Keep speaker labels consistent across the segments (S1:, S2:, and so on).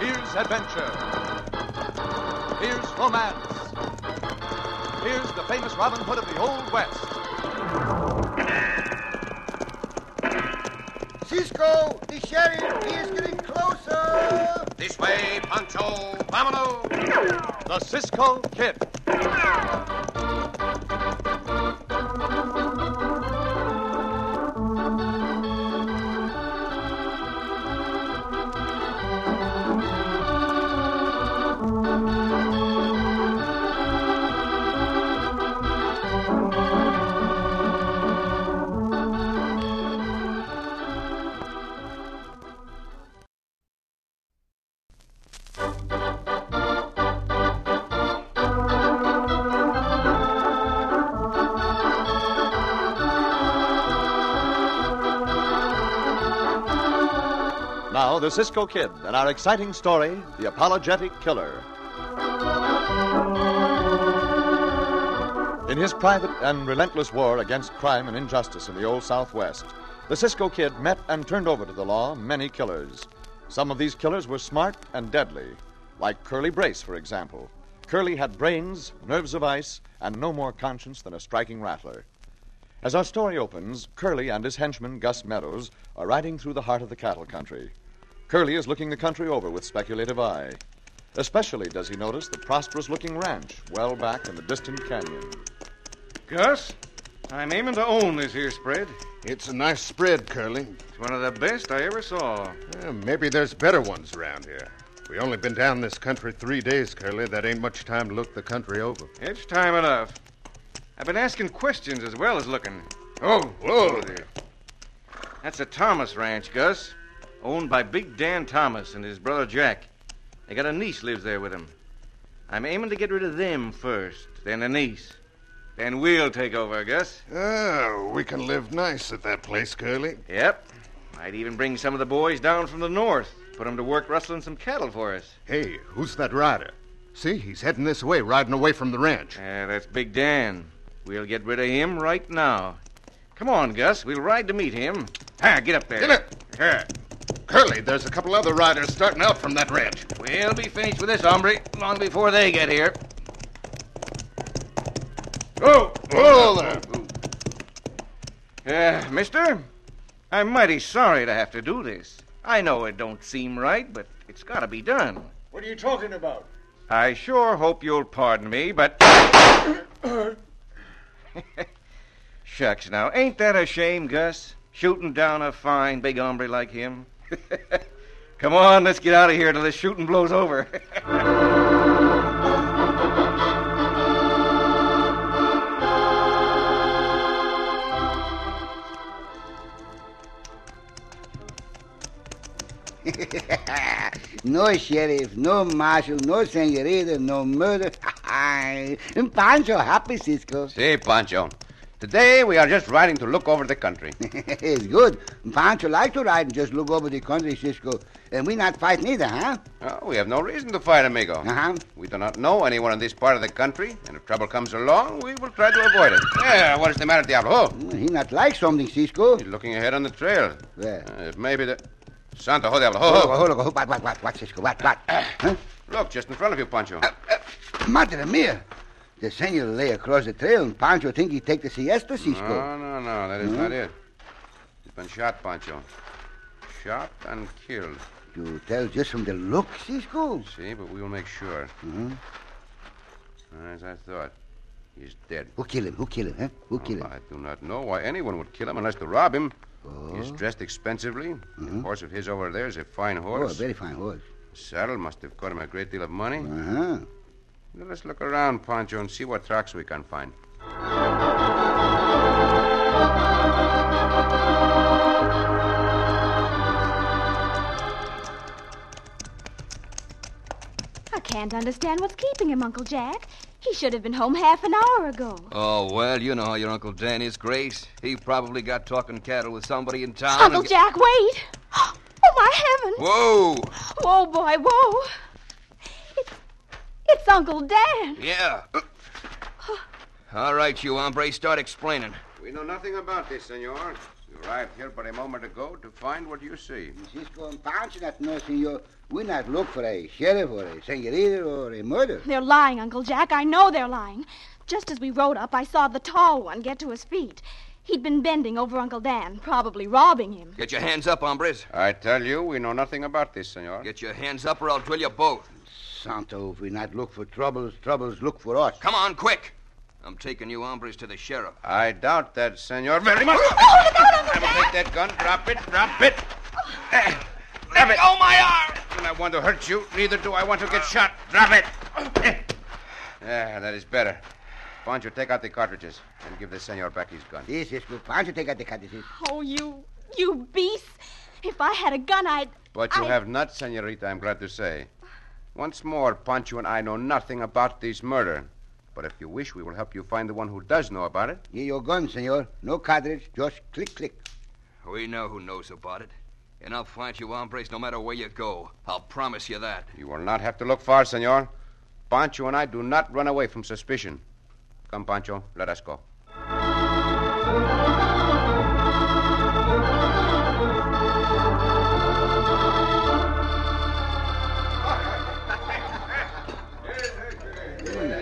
S1: Here's adventure. Here's romance. Here's the famous Robin Hood of the Old West.
S2: Cisco, the sheriff, he is getting closer.
S3: This way, Pancho. Vámonos.
S1: The Cisco Kid. Now, the Cisco Kid and our exciting story The Apologetic Killer. In his private and relentless war against crime and injustice in the Old Southwest, the Cisco Kid met and turned over to the law many killers. Some of these killers were smart and deadly, like Curly Brace, for example. Curly had brains, nerves of ice, and no more conscience than a striking rattler. As our story opens, Curly and his henchman, Gus Meadows, are riding through the heart of the cattle country. Curly is looking the country over with speculative eye. Especially does he notice the prosperous looking ranch well back in the distant canyon.
S4: Gus, I'm aiming to own this here spread.
S5: It's a nice spread, Curly.
S4: It's one of the best I ever saw.
S5: Eh, maybe there's better ones around here. We only been down this country three days, Curly. That ain't much time to look the country over.
S4: It's time enough. I've been asking questions as well as looking.
S5: Oh, whoa there.
S4: That's a Thomas ranch, Gus, owned by Big Dan Thomas and his brother Jack. They got a niece lives there with him. I'm aiming to get rid of them first, then the niece. Then we'll take over, Gus.
S5: Oh, we can live nice at that place, Curly.
S4: Yep. Might even bring some of the boys down from the north, put 'em to work rustling some cattle for us.
S5: Hey, who's that rider? See, he's heading this way, riding away from the ranch.
S4: Yeah, Uh, that's Big Dan. We'll get rid of him right now. Come on, Gus. We'll ride to meet him. Ah, get up there.
S5: Get up. Eh,
S4: Here.
S5: Curly, there's a couple other riders starting out from that ranch.
S4: We'll be finished with this hombre long before they get here. Oh,
S5: Whoa there.
S4: uh, mister, I'm mighty sorry to have to do this. I know it don't seem right, but it's got to be done.
S2: What are you talking about?
S4: I sure hope you'll pardon me, but. Shucks, now, ain't that a shame, Gus? Shooting down a fine big hombre like him. Come on, let's get out of here till this shooting blows over.
S2: no sheriff, no marshal, no senorita, no murder. and Pancho happy, Cisco.
S3: See, Pancho. Today we are just riding to look over the country.
S2: it's good. Pancho like to ride and just look over the country, Cisco. And we not fight neither, huh?
S3: Oh, we have no reason to fight, amigo.
S2: Uh-huh.
S3: We do not know anyone in this part of the country, and if trouble comes along, we will try to avoid it. Yeah, what is the matter, Diablo? Oh,
S2: Mm, He not like something, Cisco.
S3: he's looking ahead on the trail.
S2: Where?
S3: Uh, if maybe the. Santa, hold Diablo. Ho,
S2: Hold
S3: ho.
S2: on, hold on, hold on. What, what, what, what, Cisco? What, what? huh?
S3: Look, just in front of you, Pancho.
S2: Madre mia. The senor lay across the trail and Pancho think he take the siesta, Cisco.
S3: No, no, no, that is not it. He's been shot, Pancho. Shot and killed.
S2: You tell just from the look, Cisco.
S3: See, but we will make sure. As I thought, he's dead.
S2: Who kill him? Who kill him, huh? Who kill
S4: Oh,
S2: him?
S3: I do not know why anyone would kill him unless to rob him. He's dressed expensively. The horse of his over there is a fine
S2: Oh, a
S3: horse.
S2: very fine horse.
S3: Saddle must have cost him a great deal of money.
S2: Uh-huh.
S3: Now Let's look around, Pancho, and see what tracks we can find.
S6: I can't understand what's keeping him, Uncle Jack. He should have been home half an hour ago.
S7: Oh, well, you know how your Uncle Dan is, Grace. He probably got talking cattle with somebody in town.
S6: Uncle
S7: and...
S6: Jack, wait! Oh, my heavens!
S7: Whoa!
S6: Whoa, boy, whoa! It's, it's Uncle Dan.
S7: Yeah. All right, you hombre, start explaining.
S3: We know nothing about this, senor. Your arrived here but a moment ago to find what you see.
S2: Cisco and Pancho not know, senor. We not look for a sheriff or a senorita or a murder.
S6: They're lying, Uncle Jack. I know they're lying. Just as we rode up, I saw the tall one get to his feet. He'd been bending over Uncle Dan, probably robbing him.
S7: Get your hands up, hombres.
S3: I tell you, we know nothing about this, senor.
S7: Get your hands up, or I'll drill you both.
S2: Santo, if we not look for troubles, troubles look for us.
S7: Come on, quick. I'm taking you hombres to the sheriff.
S3: I doubt that, senor, Ah, very much. I will take that gun. Drop it, drop it. There. Drop it. Oh, my arm! Do not want to hurt you, neither do I want to get shot. Drop it. Yeah, that is better. Pancho, take out the cartridges and give the senor back his gun.
S2: This Cisco, Pancho take out the cartridges.
S6: Oh, you, you beast. If I had a gun, I'd.
S3: But you
S6: I-
S3: have not, senorita, I'm glad to say. Once more, Pancho and I know nothing about this murder. But if you wish, we will help you find the one who does know about it.
S2: Here your gun, senor. No cartridge, just click, click.
S7: We know who knows about it. And I'll find you hombres no matter where you go. I'll promise you that.
S3: You will not have to look far, senor. Pancho and I do not run away from suspicion. Come, Pancho, let us go.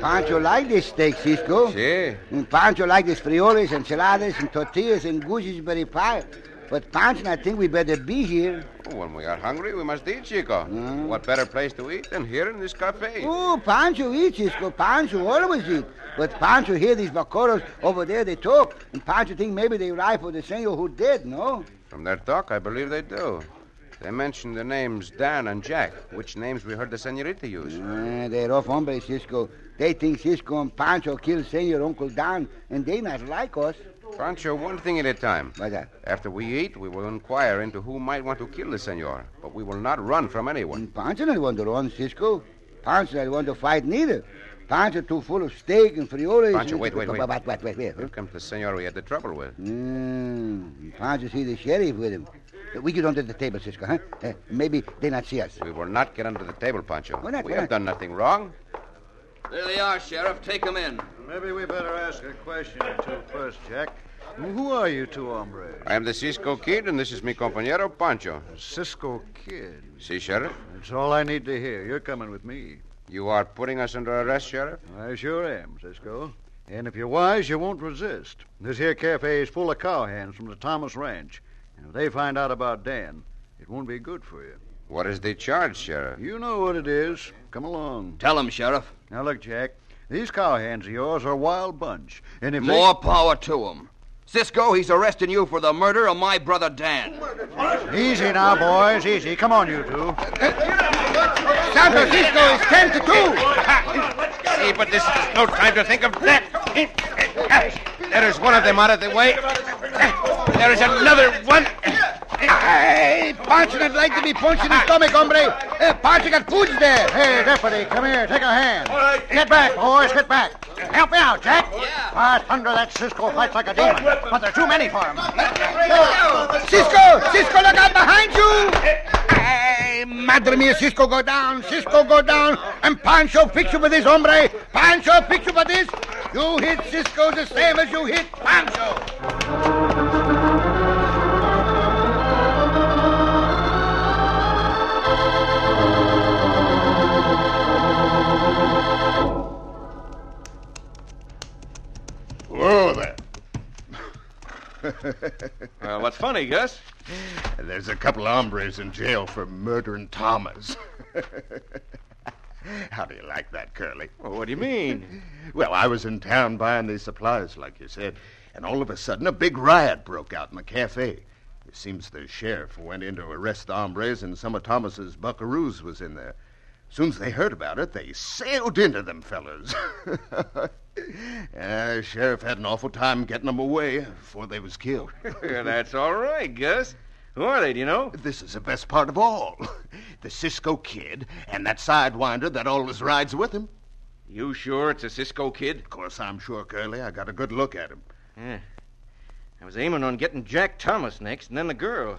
S2: Pancho like this steak, Cisco.
S3: See?
S2: And Pancho like this frijoles, enchiladas, and tortillas, and gooseberry pie. But Pancho, I think we better be here.
S3: When we are hungry, we must eat, Chico.
S7: Hmm?
S3: What better place to eat than here in this cafe?
S2: Oh, Pancho eat, Cisco. Pancho always eat. But Pancho hear these vaqueros over there, they talk. And Pancho think maybe they ride for the senor who dead, no?
S3: From their talk, I believe they do. They mentioned the names Dan and Jack, which names we heard the senorita use.
S2: Uh, they rough hombre, Cisco. They think Cisco and Pancho kill senor Uncle Don, and they not like us. uh,
S3: Pancho, one thing at a time.
S2: What's that?
S3: After we eat, we will inquire into who might want to kill the senor, but we will not run from anyone.
S2: And Pancho not want to run, Cisco. Pancho not want to fight neither. Pancho too full of steak and frijoles.
S3: Pancho, wait, wait, wait.
S2: Wait, wait, wait, wait.
S3: Here comes the senor we had the trouble with.
S2: Mm, Pancho see the sheriff with him. We get under the table, Cisco, huh? Uh, maybe they not see us.
S3: We will not get under the table, Pancho.
S2: Why not?
S3: we
S2: Why
S3: have
S2: not?
S3: done nothing wrong.
S7: There they are, Sheriff. Take 'em in.
S8: Maybe we better ask a question or two first, Jack. Who are you two hombres?
S3: I am the Cisco Kid, and this is mi compañero Pancho.
S8: Cisco Kid.
S3: See, Sheriff?
S8: That's all I need to hear. You're coming with me.
S3: You are putting us under arrest, Sheriff?
S8: I sure am, Cisco. And if you're wise, you won't resist. This here cafe is full of cowhands from the Thomas Ranch. And if they find out about Dan, it won't be good for you.
S3: What is the charge, Sheriff?
S8: You know what it is. Come along.
S7: Tell 'em, Sheriff.
S8: Now look, Jack. These cowhands of yours are a wild bunch. And if
S7: More power to 'em. Cisco, he's arresting you for the murder of my brother Dan.
S8: They... Easy now, boys. Easy. Come on, you two.
S2: Santo Cisco is 10 to 2.
S3: See, but this is no time to think of that. There is one of them out of the way. There is another one.
S2: Hey, Pancho not like to be punched in the stomach, hombre. Eh, Hey, Pancho got foods there.
S8: Hey, deputy, come here. Take a hand. Get back, boys. Get back. Help me out, Jack. Yeah. Ah, thunder, that Cisco fights like a demon. But there are too many for him.
S2: Cisco! Cisco, look out behind you! Hey, madre mia, Cisco, go down. Cisco, go down. And Pancho, fix you with this, hombre. Pancho, fix you with this. You hit Cisco the same as you hit Pancho.
S5: Whoa there.
S4: Well, what's funny, Gus?
S5: There's a couple of hombres in jail for murdering Thomas. How do you like that, Curly?
S4: Well, what do you mean?
S5: Well, I was in town buying these supplies, like you said, and all of a sudden a big riot broke out in the cafe. It seems the sheriff went in to arrest the hombres, and some of Thomas's buckaroos was in there. Soon as they heard about it, they sailed into them fellers. uh, sheriff had an awful time getting them away before they was killed.
S4: Well, that's all right, Gus. Who are they, do you know?
S5: This is the best part of all. The Cisco kid and that sidewinder that always rides with him.
S4: You sure it's a Cisco kid?
S5: Of course, I'm sure, Curly, I got a good look at him.
S4: I was aiming on getting Jack Thomas next and then the girl.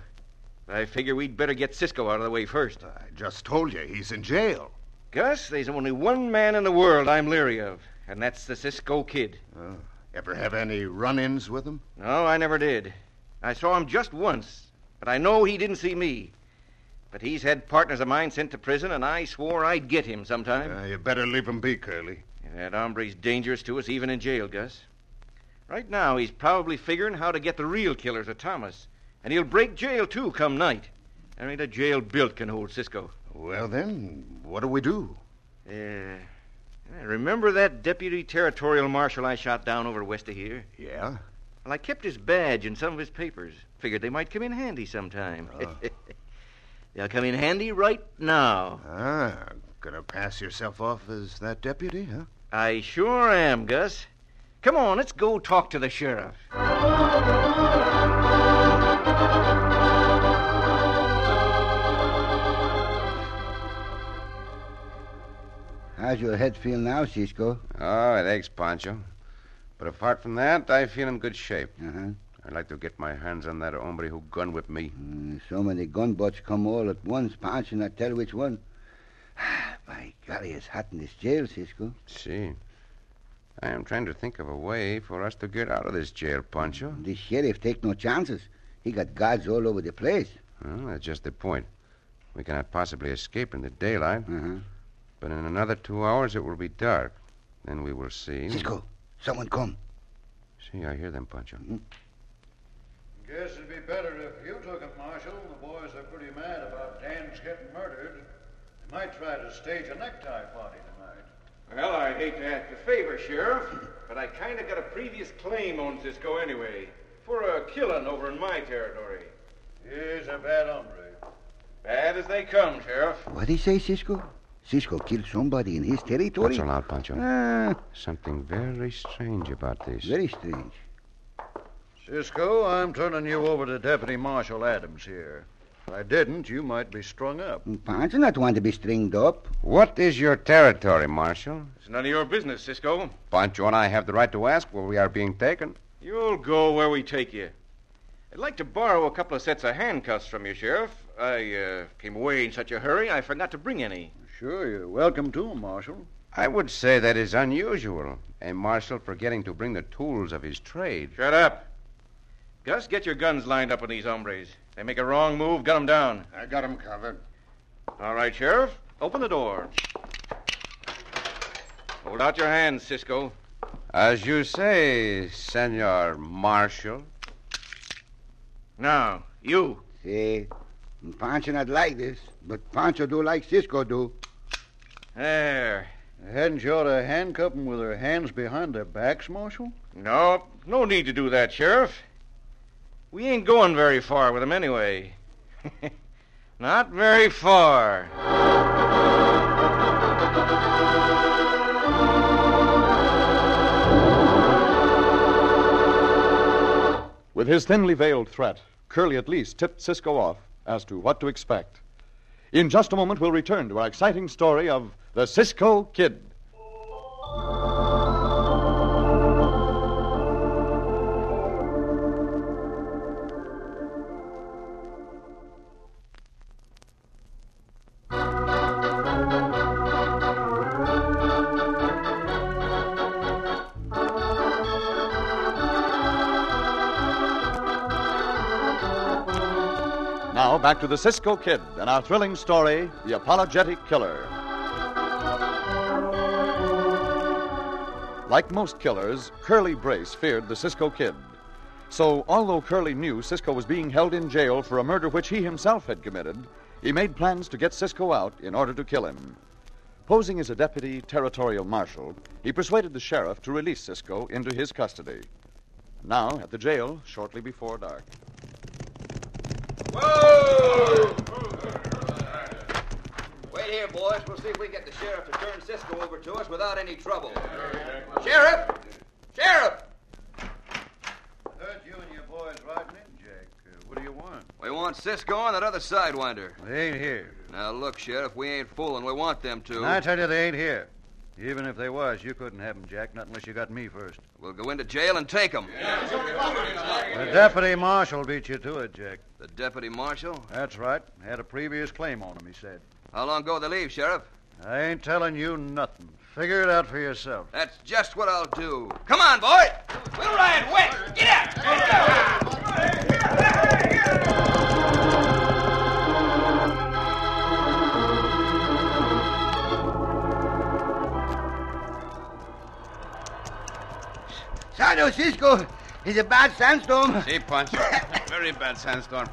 S4: But I figure we'd better get Cisco out of the way first.
S5: I just told you he's in jail.
S4: Gus, there's only one man in the world I'm leery of, and
S5: Uh,
S4: that's the Cisco kid.
S5: Ever have any run ins with him?
S4: No, I never did. I saw him just once, but I know he didn't see me. But he's had partners of mine sent to prison, and I swore I'd get him sometime.
S5: Uh, you better leave him be, Curly.
S4: That hombre's dangerous to us even in jail, Gus. Right now, he's probably figuring how to get the real killers of Thomas. And he'll break jail, too, come night. There ain't a jail built can hold Cisco.
S5: Well, then, what do we do?
S4: Uh, remember that deputy territorial marshal I shot down over west of here?
S5: Yeah?
S4: Well, I kept his badge and some of his papers. Figured they might come in handy sometime.
S8: Uh.
S4: They'll come in handy right now.
S5: Ah, gonna pass yourself off as that deputy, huh?
S4: I sure am, Gus. Come on, let's go talk to the sheriff.
S2: How's your head feel now, Cisco?
S3: Oh, it aches, Pancho. But apart from that, I feel in good shape.
S2: Uh-huh.
S3: I'd like to get my hands on that hombre who gun whipped me.
S2: Uh, so many gunboats come all at once, Pancho, not tell which one. By golly, it's hot in this jail, Cisco.
S3: See. I am trying to think of a way for us to get out of this jail, Pancho.
S2: This sheriff take no chances. He got guards all over the place.
S3: Well, that's just the point. We cannot possibly escape in the daylight,
S2: Uh-huh.
S3: but in another two hours it will be dark. Then we will see.
S2: Cisco, someone come.
S3: See, I hear them, Pancho.
S8: Guess it'd be better if you took it, Marshal. The boys are pretty mad about Dan's getting murdered. They might try to stage a necktie party tonight.
S4: Well, I hate to ask a favor, Sheriff, but I kind of got a previous claim on Cisco anyway, for a killing over in my territory.
S8: He's a bad hombre.
S4: Bad as they come, Sheriff.
S2: What he say, Cisco? Cisco killed somebody in his territory?
S3: What's allowed, Pancho?
S2: Ah,
S3: Something very strange about this.
S2: very strange.
S8: Cisco, I'm turning you over to Deputy Marshal Adams here. If I didn't, you might be strung up.
S2: Mm, Pancho not want to be stringed up.
S3: What is your territory, Marshal?
S4: It's none of your business, Cisco.
S3: Pancho and I have the right to ask where we are being taken.
S4: You'll go where we take you. I'd like to borrow a couple of sets of handcuffs from you, Sheriff. I uh, came away in such a hurry, I forgot to bring any.
S8: Sure, you're welcome to 'em, Marshal.
S3: I would say that is unusual. A marshal forgetting to bring the tools of his trade.
S4: Shut up. Gus, get your guns lined up on these hombres. They make a wrong move, gun 'em down.
S5: I got him covered.
S4: All right, Sheriff. Open the door. Hold out your hands, Cisco.
S3: As you say, Senor Marshal.
S4: Now, you.
S2: See, mm, Pancho not like this, but Pancho do like Cisco do.
S4: There.
S8: Hadn't you ought to handcuff 'em with their hands behind their backs, Marshal?
S4: No, no need to do that, Sheriff. We ain't going very far with him anyway. Not very far.
S1: With his thinly veiled threat, Curly at least tipped Cisco off as to what to expect. In just a moment, we'll return to our exciting story of the Cisco Kid. Now, back to the Cisco Kid and our thrilling story The Apologetic Killer. Like most killers, Curly Brace feared the Cisco Kid. So, although Curly knew Cisco was being held in jail for a murder which he himself had committed, he made plans to get Cisco out in order to kill him. Posing as a deputy territorial marshal, he persuaded the sheriff to release Cisco into his custody. Now, at the jail, shortly before dark.
S7: Wait here, boys. We'll see if we can get the sheriff to turn Cisco over to us without any trouble. Sheriff! Sheriff!
S8: Heard you and your boys riding in, Jack. Uh, what do you want?
S7: We want Cisco and that other sidewinder.
S8: They ain't here.
S7: Now, look, Sheriff, we ain't fooling. We want them to.
S8: I tell you, they ain't here. Even if they was, you couldn't have 'em, Jack, not unless you got me first.
S7: We'll go into jail and take them.
S8: The deputy marshal beat you to it, Jack.
S7: The deputy marshal?
S8: That's right. Had a previous claim on him, he said.
S7: How long ago they leave, Sheriff?
S8: I ain't telling you nothing. Figure it out for yourself.
S7: That's just what I'll do. Come on, boy! We'll ride wet! Get out!
S2: know Cisco is a bad sandstorm.
S3: See, Pancho. Very bad sandstorm.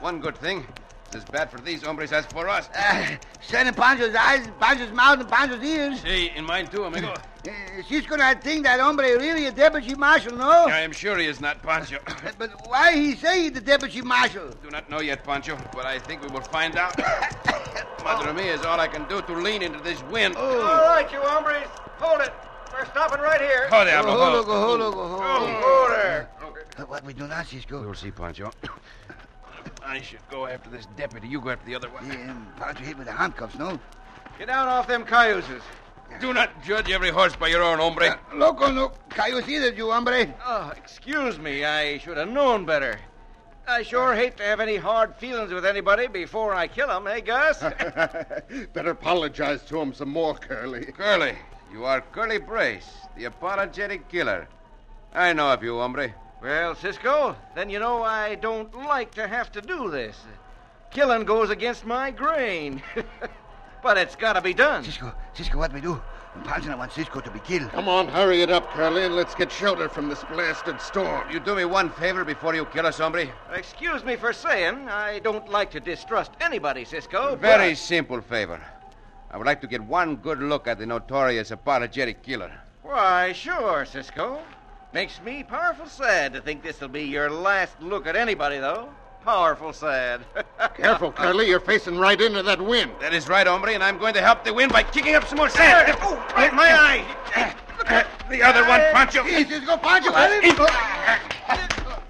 S3: One good thing. It's as bad for these hombres as for us.
S2: Uh, sun in Pancho's eyes, Pancho's mouth, and Pancho's ears.
S3: See, in mine too, amigo.
S2: Uh, Cisco not think that hombre really a deputy marshal, no?
S3: I am sure he is not Pancho.
S2: But why he say he's the deputy marshal?
S3: Do not know yet, Pancho, but I think we will find out. Madre mia is all I can do to lean into this wind.
S4: Oh.
S9: All right, you hombres. Hold it. We're stopping right here.
S3: Hold it, amigo.
S2: Hold, hold, hold, hold,
S9: Oh, there.
S2: hold. What we do now, Cisco?
S3: We'll see, Pancho. I should go after this deputy. You go after the other one.
S2: Um, Pancho hit with the handcuffs, no?
S4: Get down off them cayuses.
S3: Do not judge every horse by your own, hombre.
S2: Loco, no. Cayuse either, you hombre.
S4: Oh, excuse me. I should have known better. I
S3: Uh.
S4: sure hate to have any hard feelings with anybody before I kill him, hey, Gus?
S5: Better apologize to him some more, Curly.
S3: Curly, you are Curly Brace, the apologetic killer. I know of you, hombre.
S4: well, Cisco, then you know I don't like to have to do this. Killing goes against my grain. but it's got to be done.
S2: Cisco, Cisco, what we do? Pancho not want Cisco to be killed.
S5: Come on, hurry it up, Curly, and let's get shelter from this blasted storm.
S3: You do me one favor before you kill us, hombre.
S4: Excuse me for saying I don't like to distrust anybody, Cisco.
S3: Very simple favor. I would like to get one good look at the notorious apologetic killer.
S4: but- Why, sure, Cisco. Makes me powerful sad to think this'll be your last look at anybody, though. Powerful sad.
S5: Careful, Curly, you're facing right into that wind.
S3: That is right, hombre, and I'm going to help the wind by kicking up some more sand. Oh, right, my eye. The other one, Pancho.
S2: Hey, Cisco, Pancho,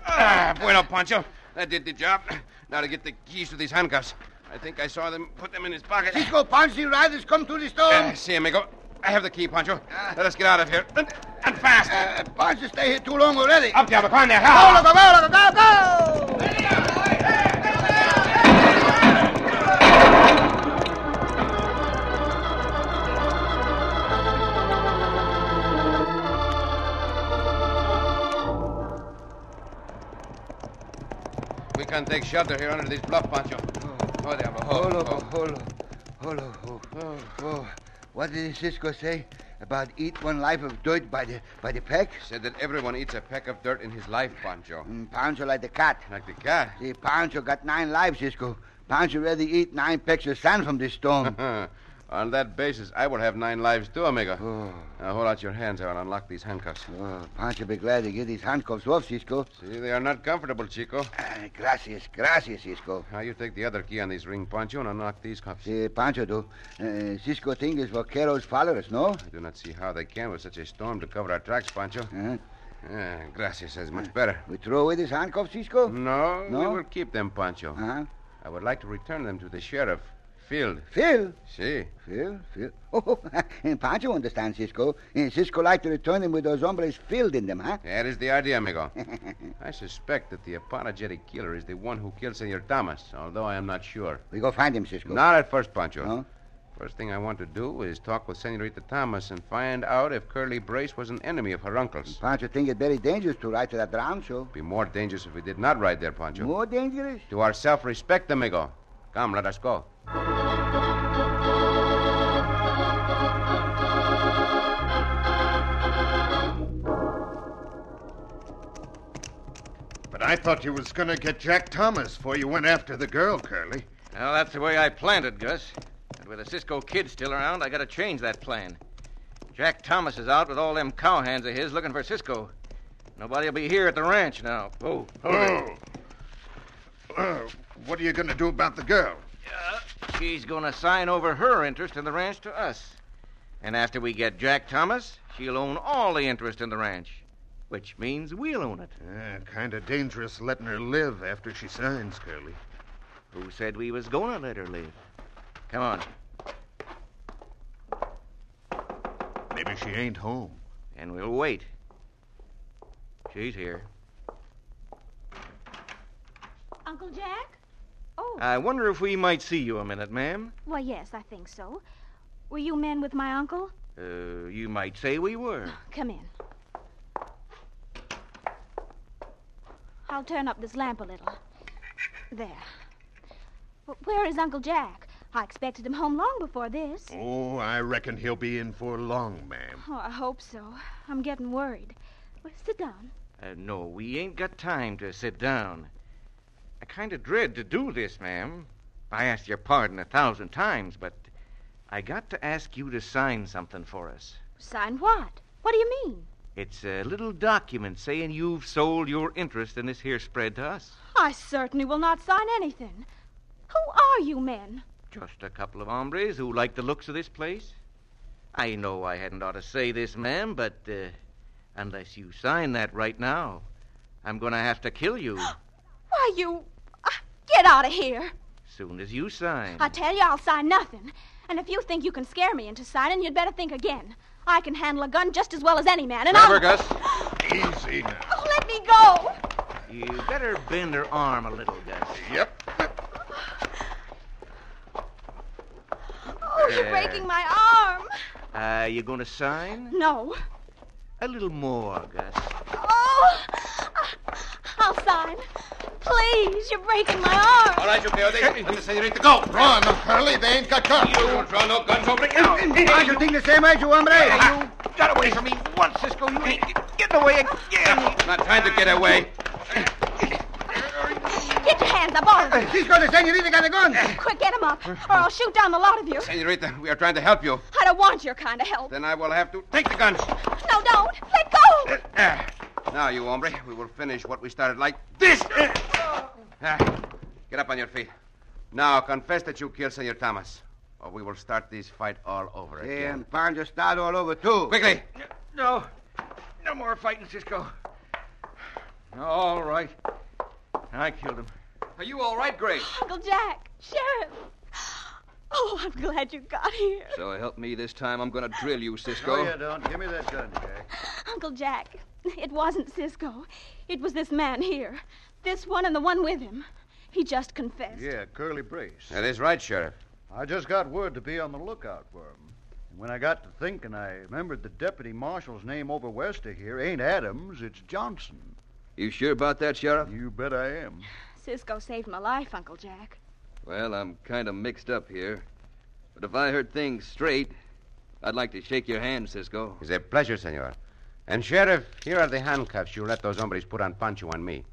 S3: Ah, bueno, Pancho. That did the job. Now to get the keys to these handcuffs. I think I saw them put them in his pocket.
S2: Cisco, Pancho, the riders come through the
S3: Uh,
S2: storm.
S3: see, amigo. I have the key, Pancho. Let us get out of here. And, and fast.
S2: Uh, Pancho stay here too long already.
S3: Up there, upon there.
S2: Go, loco, go, loco, go, go!
S3: We can take shelter here under this bluff, Pancho. Oh, there, oh,
S2: Holo,
S3: oh.
S2: holo, holo, holo. Oh, What did Cisco say about eat one life of dirt by the by the peck?
S3: Said that everyone eats a peck of dirt in his life, Pancho.
S2: Mm, Pancho like the cat.
S3: Like the cat.
S2: See, Pancho got nine lives, Cisco. Pancho ready eat nine pecks of sand from this storm.
S3: Huh. On that basis, I will have nine lives too, amigo. Now hold out your hands. I will unlock these handcuffs.
S2: oh, Pancho be glad to get his handcuffs off, Cisco.
S3: See, they are not comfortable, Chico.
S2: Ah, gracias, gracias, Cisco.
S3: Now you take the other key on this ring, Pancho, and unlock these cuffs.
S2: See, Pancho do. Uh, Cisco think is Vaquero's followers, no?
S3: I do not see how they can with such a storm to cover our tracks, Pancho.
S2: Huh?
S3: Ah, gracias. That's much better.
S2: Eh, We throw away his handcuffs, Cisco?
S3: Mm. No, we
S2: Uh-huh. No? Ah.
S3: will keep them, Pancho.
S2: Huh?
S3: I would like to return them to the sheriff, Field.
S2: Phil?
S3: See,
S2: Phil, Phil. Oh, and Pancho understands Cisco. And Cisco like to return him with those hombres filled in them, huh?
S3: that is the idea, amigo. I suspect that the apologetic killer is the one who killed Senor Thomas, although I am not sure.
S2: We go find him, Cisco.
S3: Not at first, Pancho.
S2: No?
S3: First thing I want to do is talk with Senorita Thomas and find out if Curly Brace was an enemy of her uncle's.
S2: Pancho think it very dangerous to ride to that rancho.
S3: Be more dangerous if we did not ride there, Pancho.
S2: More dangerous?
S3: To our self-respect, amigo. Come, let us go.
S5: But I thought you was gonna get Jack Thomas before you went after the girl, Curly.
S4: Well, that's the way I planned it, Gus. And with the Cisco kid still around, I gotta change that plan. Jack Thomas is out with all them cowhands of his looking for Cisco. Nobody'll be here at the ranch now. Oh,
S5: Oh. Oh, what are you gonna do about the girl?
S4: she's gonna sign over her interest in the ranch to us. And after we get Jack Thomas, she'll own all the interest in the ranch. Which means we'll own it.
S5: Yeah, kind of dangerous letting her live after she signs, Curly.
S4: Who said we was gonna let her live? Come on.
S5: Maybe she ain't home.
S4: And we'll wait. She's here.
S6: Uncle Jack? Oh,
S4: I wonder if we might see you a minute, ma'am.
S6: well, yes, I think so. Were you men with my uncle?
S4: Uh, you might say we were.
S6: Come in. I'll turn up this lamp a little. There. Well, where is Uncle Jack? I expected him home long before this.
S5: Oh, I reckon he'll be in for long, ma'am.
S6: Oh, I hope so. I'm getting worried. Well, sit down.
S4: Uh, no, we ain't got time to sit down. I kind of dread to do this, ma'am. I asked your pardon a thousand times, but I got to ask you to sign something for us.
S6: Sign what? What do you mean?
S4: It's a little document saying you've sold your interest in this here spread to us.
S6: I certainly will not sign anything. Who are you men?
S4: Just a couple of hombres who like the looks of this place. I know I hadn't ought to say this, ma'am, but uh, unless you sign that right now, I'm going to have to kill you
S6: Why, you. Uh, get out of here.
S4: soon as you sign.
S6: I tell you, I'll sign nothing. And if you think you can scare me into signing, you'd better think again. I can handle a gun just as well as any man, and I'll.
S3: Gus.
S5: Easy now.
S6: Oh, let me go.
S4: You better bend her arm a little, Gus.
S5: Yep.
S6: Oh, you're
S4: Yeah.
S6: breaking my arm.
S4: Uh, you going to sign?
S6: No.
S4: A little more, Gus.
S6: Oh, I- I'll sign. Please, you're breaking my arm.
S3: All right, you coyote. Let the senorita go.
S5: Run, Hurley. They ain't got guns.
S3: You don't draw no guns over here.
S2: Aren't you think the same as you, hombre?
S3: You got away from me once, Cisco. You ain't getting away again. I'm not trying to get away.
S6: Get your hands up, all of you.
S2: Cisco, the senorita got a gun.
S6: Quick, get 'em up, or I'll shoot down the lot of you.
S3: Senorita, we are trying to help you.
S6: I don't want your kind of help.
S3: Then I will have to take the gun.
S6: No, don't. Let go.
S3: Ah. Now, you hombre, we will finish what we started like this. Ah. Get up on your feet. Now, confess that you killed Senor Thomas, or we will start this fight all over again.
S2: And Pancho start all over, too.
S3: Quickly.
S9: No. No more fighting, Cisco. All right.
S4: I killed him.
S7: Are you all right, Grace?
S6: Uncle Jack, Sheriff. Oh, I'm glad you got here.
S7: So help me this time. I'm going to drill you, Cisco.
S8: No, you don't. Give me that gun, Jack.
S6: Uncle Jack, it wasn't Cisco. It was this man here. This one and the one with him. He just confessed.
S8: Yeah, Uh, Curly Brace.
S3: That is right, Sheriff.
S8: I just got word to be on the lookout for him. And when I got to thinking, I remembered the deputy marshal's name over west of here ain't Adams, it's Johnson.
S7: You sure about that, Sheriff?
S8: You bet I am.
S6: Cisco saved my life, Uncle Jack.
S7: Well, I'm kind of mixed up here. But if I heard things straight, I'd like to shake your hand, Cisco.
S3: It's a pleasure, senor. And, Sheriff, here are the handcuffs you let those hombres put on Pancho and me.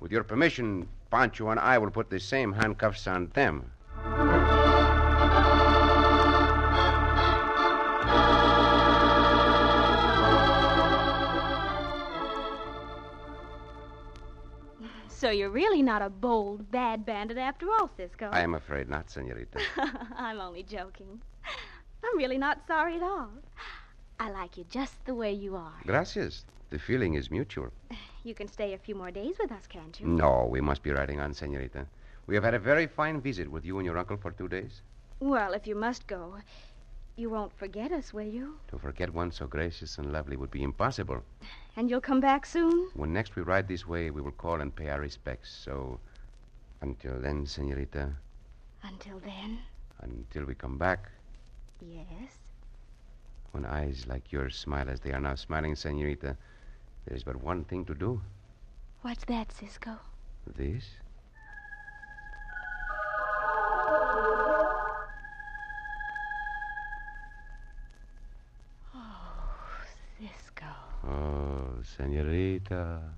S3: With your permission, Pancho and I will put the same handcuffs on them.
S6: So you're really not a bold, bad bandit after all, Cisco.
S3: I am afraid not, senorita.
S6: I'm only joking. I'm really not sorry at all. I like you just the way you are.
S3: Gracias. The feeling is mutual.
S6: You can stay a few more days with us, can't you?
S3: No, we must be riding on, senorita. We have had a very fine visit with you and your uncle for two days.
S6: Well, if you must go, you won't forget us, will you?
S3: To forget one so gracious and lovely would be impossible.
S6: And you'll come back soon?
S3: When next we ride this way, we will call and pay our respects. So, until then, senorita,
S6: Until then,
S3: until we come back,
S6: yes.
S3: When eyes like yours smile as they are now smiling, senorita, there is but one thing to do.
S6: What's that, Cisco?
S3: This?
S6: Cisco.
S3: Oh, senorita.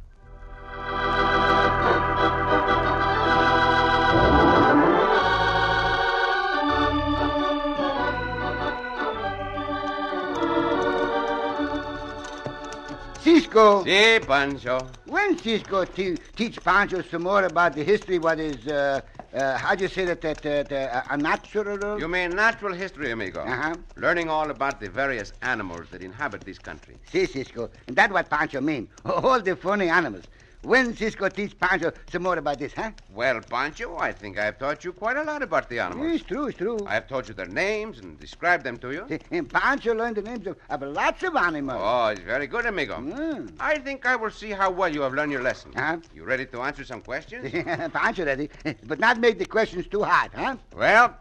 S2: Cisco.
S3: Si, Pancho.
S2: When Cisco te- teach Pancho some more about the history, what is, uh, uh, how do you say that, that, that uh, a natural?
S3: You mean natural history, amigo?
S2: Uh-huh.
S3: Learning all about the various animals that inhabit this country.
S2: Si, Cisco. And that's what Pancho mean. All the funny animals. When Cisco teach Pancho some more about this, huh?
S3: Well, Pancho, I think I've taught you quite a lot about the animals.
S2: It's true, it's true.
S3: I've told you their names and described them to you.
S2: And Pancho learned the names of, of lots of animals.
S3: Oh, it's very good, amigo.
S2: Mm.
S3: I think I will see how well you have learned your lesson.
S2: Uh-huh.
S3: You ready to answer some questions?
S2: Pancho ready, but not make the questions too hard, huh?
S3: well,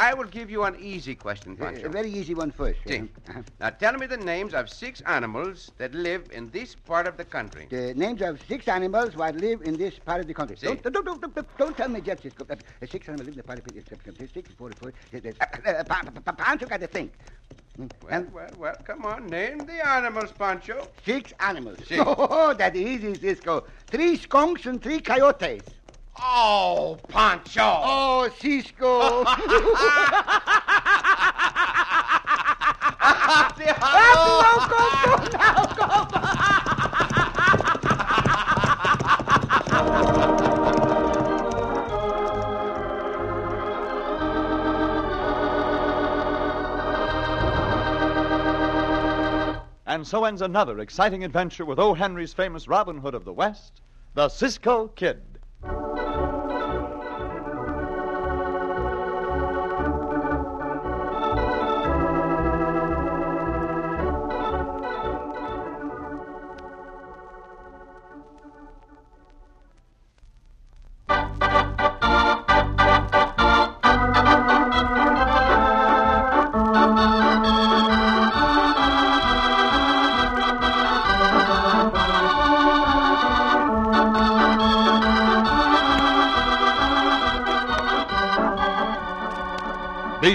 S3: I will give you an easy question, Pancho.
S2: A very easy one first.
S3: See.
S2: huh?
S3: Now tell me the names of six animals that live in this part of the country.
S2: The names of six animals that live in this part of the country.
S3: Si.
S2: Don't, don't, don't, don't, don't- don't tell me, Jeff. Cisco. Uh, uh, Six animals live in the part of the country. Six, four, four. There's- there's- uh, uh, Pa- Pa- Pa- Pancho got to think.
S3: Well, well, well, come on. Name the animals, Pancho.
S2: Six animals.
S3: Six.
S2: Oh, that easy, Cisco. Three skunks and three coyotes.
S3: Oh, Pancho.
S2: Oh, Cisco.
S1: And so ends another exciting adventure with O. Henry's famous Robin Hood of the West, the Cisco Kid. Be